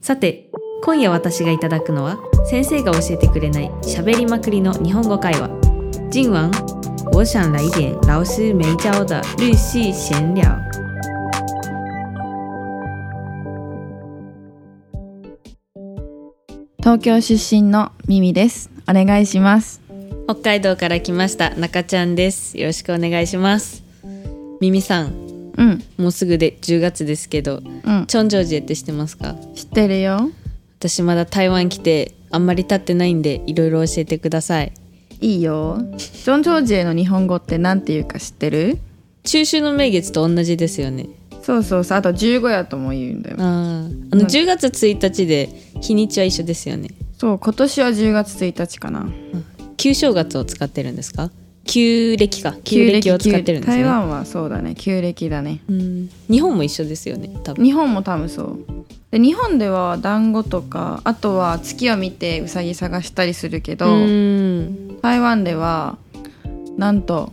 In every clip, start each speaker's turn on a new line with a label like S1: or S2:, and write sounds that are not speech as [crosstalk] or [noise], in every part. S1: さて今夜私がいただくのは先生が教えてくれない喋りまくりの日本語会話今晚我想来点老师没教的日系闲聊
S2: 東京出身のミミです。お願いします。
S1: 北海道から来ました中ちゃんですよろしくお願いしますミミさん
S2: うん、
S1: もうすぐで10月ですけど
S2: うん、
S1: チョンジョージエって知ってますか
S2: 知ってるよ。
S1: 私まだ台湾来てあんまり経ってないんでいろいろ教えてください
S2: いいよ。ジョン・ジョージへの日本語ってなんていうか知ってる
S1: 中秋の名月と同じですよね
S2: そうそうそう。あと15やとも言うんだよ。
S1: あーあの
S2: なん
S1: 10月1日で日にちは一緒ですよね
S2: そう、今年は10月1日かな。
S1: 旧正月を使ってるんですか旧暦か旧暦を使ってるんです
S2: 台
S1: ね
S2: 湾はそうだね。旧暦だね。
S1: うん日本も一緒ですよね多分
S2: 日本も多分そう。で日本では団子とかあとは月を見てウサギ探したりするけど、
S1: うん
S2: 台湾ではなんと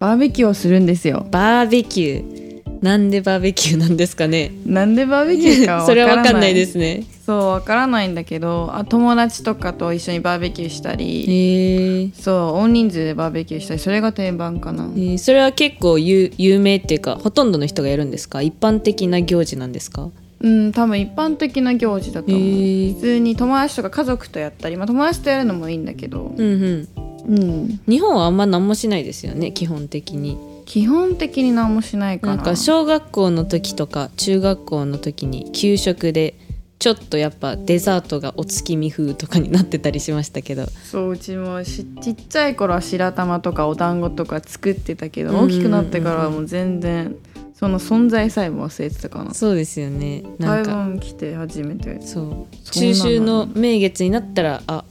S2: バーベキューをするんですよ。
S1: バーベキューなんでバーベキューなんですかね
S2: なんでバーベキューか
S1: [laughs]
S2: は
S1: それはわかんないですね
S2: そうわからないんだけどあ友達とかと一緒にバーベキューしたり
S1: へえ
S2: そう大人数でバーベキューしたりそれが定番かな、
S1: えーそれは結構有有名っていうかほとんどの人がやるんですか一般的な行事なんですか
S2: うん多分一般的な行事だと思う、
S1: へえ
S2: 普通に友達とか家族とやったり、まあ、友達とやるのもいいんだけど、
S1: うんうん
S2: うん、
S1: 日本はあんま何もしないですよね基本的に
S2: 基本的に何もしないか
S1: な
S2: なん
S1: か小学校の時とか中学校の時に給食でちょっとやっぱデザートがお月見風とかになってたりしましたけど
S2: そううちもしちっちゃい頃は白玉とかお団子とか作ってたけ
S1: うん
S2: ど
S1: うんうん
S2: 大きくなってからはもう全然その存在さえも忘れてたかな
S1: そうですよねな
S2: 台
S1: んか
S2: 湾来て初めて
S1: そう
S2: そ
S1: 中
S2: うなの
S1: 秋の名月になったらあ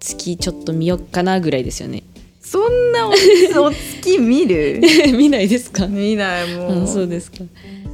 S1: 月ちょっと見よっかなぐらいですよね [laughs]
S2: そんなおお月見 [laughs] る
S1: 見ないですか
S2: 見ないもう,、
S1: あそうですか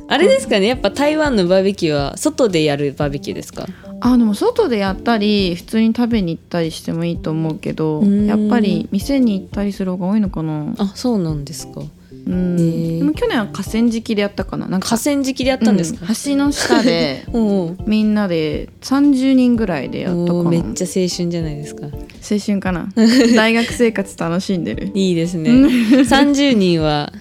S1: あれですかねやっぱ台湾のバーベキューは外でやるバーベキューですか
S2: あでも外でやったり普通に食べに行ったりしてもいいと思うけど
S1: うん
S2: やっぱり店に行ったりする方が多いのかな
S1: あそうなんですか
S2: うん
S1: へえ
S2: でも去年は河川敷でやったかななんか
S1: 河川敷でやったんですか
S2: う、橋の
S1: [laughs]
S2: 下で
S1: おう
S2: みんなで30人ぐらいでやった
S1: お
S2: か
S1: う
S2: な
S1: めっちゃ青春じゃないですか
S2: 青春
S1: [laughs]
S2: かな大学生活楽しんでる
S1: いいですね。
S2: う
S1: 30人は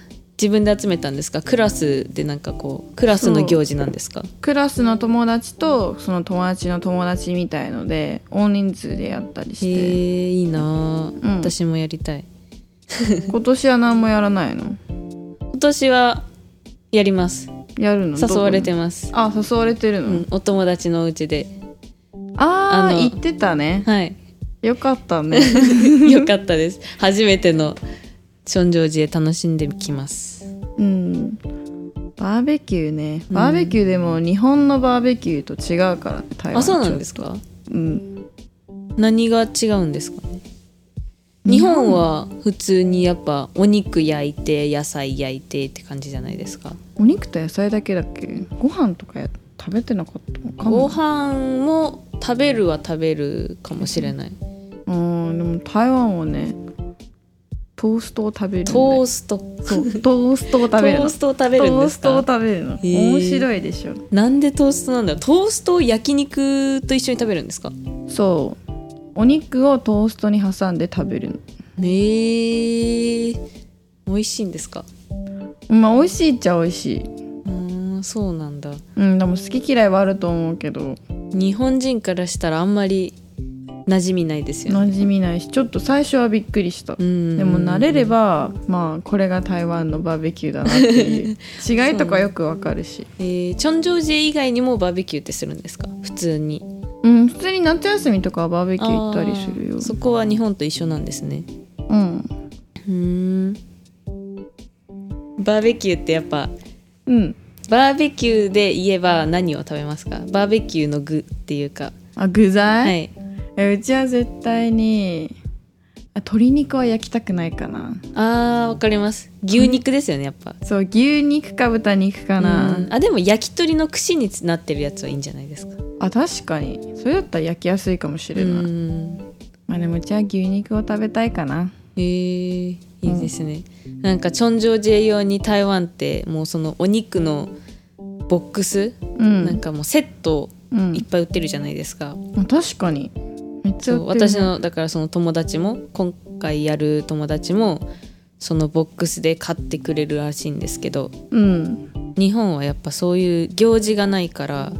S1: 自分で集めたんですか。クラスでなんかこうクラスの行事なんですか。
S2: クラスの友達とその友達の友達みたいので大人数でやったり
S1: へ
S2: して
S1: えいいなあ、
S2: うん
S1: 私もやりたい。
S2: 今年は何もやらないの
S1: 今年はやります。
S2: やるの
S1: 誘われて
S2: る
S1: ます。
S2: あ誘われてるの、
S1: うん、お友達のお家で。
S2: あ
S1: あ
S2: あ
S1: の
S2: 言ってたね
S1: [laughs] はい。
S2: よかっ
S1: [laughs]
S2: たね
S1: よかったです。初めてのチョンジョージへ楽しんできます。
S2: うんバーベキューね
S1: うん
S2: バーベキューでも日本のバーベキューと違うからね台湾、
S1: あ、そうなんですすか。
S2: うん、
S1: 何が違うんですかね。日本は普通にやっぱお肉焼いて野菜焼いてって感じじゃないですか。
S2: お肉と野菜だけだっけご飯とかや食べてなかったのか
S1: ご
S2: な
S1: 飯も食べるは食べるかもしれない
S2: うんでも台湾はねトーストを食べるんだ
S1: ト
S2: よ
S1: ースト
S2: そうトーストを食べる
S1: トー
S2: の
S1: ストを食べるんです
S2: トー
S1: か
S2: ストを食べるの
S1: へえ
S2: 面白いでしょ
S1: なんでトーストなんだろうトーストを焼肉と一緒に食べるんですか
S2: そうお肉をトーストに挟んで食べるの
S1: えー、美味しいんですか
S2: まあ美味しいっちゃ美味しい、
S1: うーんそうなんだ
S2: うん、でも好き嫌いはあると思うけど
S1: 日本人からしたらあんまり馴染みないですよね
S2: 馴染みないしちょっと最初はびっくりした、
S1: うん
S2: でも慣れればまあこれが台湾のバーベキューだなって
S1: [laughs]
S2: いう違いとかよくわかるし
S1: えーチョンジョージェ以外にもバーベキューってするんですか普通に
S2: うん普通に夏休みとかはバーベキュー行ったりする
S1: あ
S2: よ
S1: ーそこは日本と一緒なんですね
S2: うん
S1: うーんバーベキューってやっぱ
S2: うん
S1: バーベキューで言えば何を食べますかバーベキューの具っていうか
S2: あ具材、
S1: はい
S2: えうちは絶対にあ鶏肉は焼きたくないかな
S1: あーわかります牛肉ですよねやっぱ
S2: そう牛肉か豚肉かな、
S1: うんあでも焼き鳥の串になってるやつはいいんじゃないですか
S2: あ確かにそれだったら焼きやすいかもし
S1: う
S2: れない、
S1: ん
S2: まあでもうちは牛肉を食べたいかな
S1: へえー、いいですね、なんかチョンジョージェ用に台湾ってもうそのお肉のボックス、
S2: うん
S1: なんかもうセット
S2: うん
S1: いっぱい売ってるじゃないですか、
S2: あ確かにめっち
S1: そ
S2: ゃ
S1: う
S2: 売ってるね
S1: 私のだからその友達も今回やる友達もそのボックスで買ってくれるらしいんですけど
S2: うん
S1: 日本はやっぱそういう行事がないから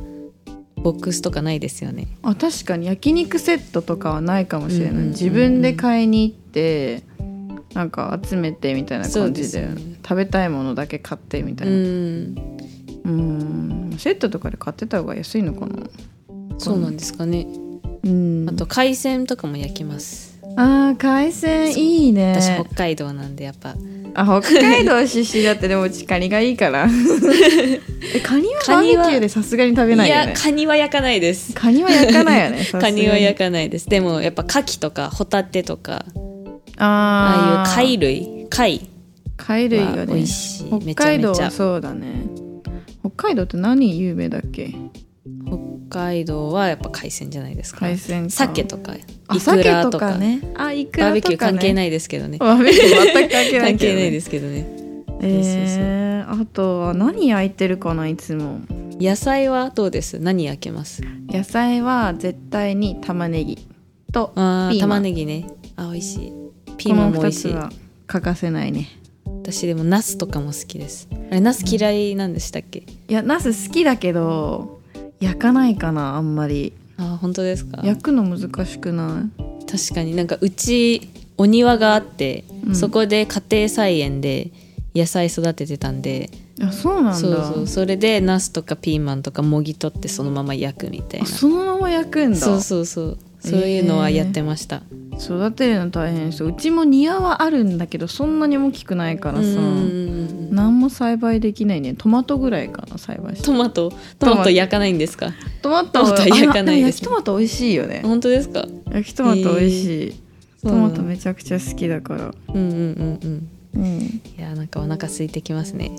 S1: ボックスとかないですよね
S2: あ確かに焼肉セットとかはないかもしれない、
S1: うんうんうんうん
S2: 自分で買いに行ってなんか集めてみたいな
S1: そう
S2: 感
S1: で
S2: じ
S1: す
S2: で
S1: よね
S2: 食べたいものだけ買ってみた
S1: う
S2: いなうんんセットとかで買ってた方が安いのかな
S1: そうなんですかね
S2: うん
S1: あと海鮮とかも焼きます
S2: あー海鮮いいね
S1: 私北海道なんでやっぱ
S2: あ北海道出身だってでもうちカニがい
S1: [laughs]
S2: いからえカニはバ
S1: カ
S2: ーベ
S1: ニは
S2: キューでさすがに食べないよ
S1: いや
S2: ね
S1: カニは焼かないです
S2: カニは焼かない
S1: [laughs]
S2: よね
S1: カニは焼
S2: か
S1: かないですでもやっぱ牡蠣とかホタテとかあ
S2: あ
S1: あいう貝
S2: あいう
S1: 類貝
S2: 貝類が
S1: は
S2: ね
S1: 美味しいめち
S2: 北
S1: ゃ
S2: 海道
S1: めち
S2: は
S1: ゃ
S2: そうだね北海道って何有名だっけ
S1: 北海道はやっぱ海鮮じゃないですか
S2: 海鮮か
S1: 鮭とかイ
S2: あ
S1: クラとか
S2: 鮭ねあイクラ
S1: バーベ
S2: とか、ね、
S1: キュー関係
S2: い
S1: ないですけどね
S2: バーベキュー全く関係ない
S1: 関
S2: けどね、
S1: 係ない [laughs] ですすけどね
S2: えー、あとは何焼いてるかないつも
S1: 野菜はどうです何焼けます
S2: 野菜は絶対に玉ねぎと
S1: あ
S2: ピ
S1: ー
S2: ー
S1: 玉
S2: マン
S1: ねぎねあ美味しいピーマンも美味しい
S2: この2つは欠かせないね
S1: 私でもナスとかも好きですあれナス嫌いなんでしたっけ
S2: いやナス好きだけど焼かないかなあんまり
S1: あー本当ですか
S2: 焼くの難しくな
S1: 確かになんかうちお庭があって、
S2: うん
S1: そこで家庭菜園で野菜育ててたんで
S2: いあそうなんだ
S1: そうそうそれでナスとかピーマンとかもぎ取ってそのまま焼くみたい
S2: あ
S1: な
S2: そのまま焼くんだ
S1: そうそうそうそういうのはやってました、
S2: 育てるの大変そううちも庭はあるんだけどそんなに大きくないからさ
S1: うん
S2: 何も栽培できないねトマトぐらいかな栽培して
S1: トマトトマト焼かないんですか
S2: トマ
S1: ト
S2: ト
S1: マトは焼かない
S2: あ
S1: で
S2: 焼
S1: す
S2: きトマト美味しいよね
S1: 本当ですか
S2: 焼きトマト美味しい、
S1: そうな
S2: トマ
S1: の
S2: トめちゃくちゃ好きだから
S1: うんうんうんうん
S2: うん
S1: いやーなんかお腹空いてきますね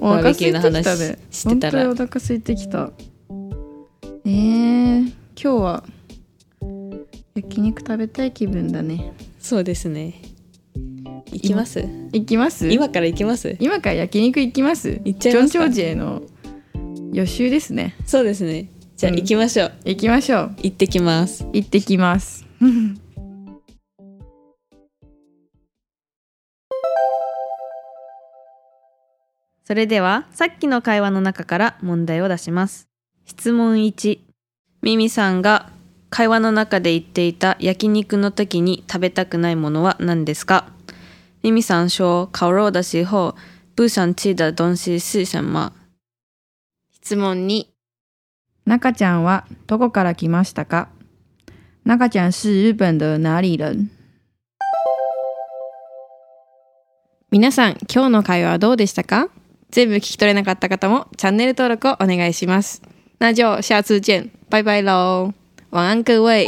S2: お
S1: バー
S2: 腹
S1: ベ
S2: 空
S1: キュ
S2: い
S1: ー
S2: て
S1: の
S2: きたね
S1: 話してたら
S2: 本当にお腹空いてきたえー、今日は焼肉食べたい気分だね
S1: そうですね行きます
S2: 行きます
S1: 今から行きます
S2: 今から焼肉行きます
S1: 行っちゃいます
S2: ジョ
S1: か
S2: ン・ジョージへの予習ですね
S1: そうですねじゃあ
S2: うん
S1: 行きましょう、
S2: 行きましょう
S1: 行ってきます
S2: 行ってきます
S1: それではさっきの会話の中から問題を出します質問1ミミさんが会話の中で言っていた焼肉の時に食べたくないものは何ですかミミさん说烤肉的时候不想吃的东西是什么質問2
S2: 中ちゃんはどこから来ましたか中ちゃん是日本的哪里人
S3: 皆さん、今日の会話はどうでしたか全部聞き取れなかった方もチャンネル登録をお願いします。那就下次见，拜拜喽，晚安各位。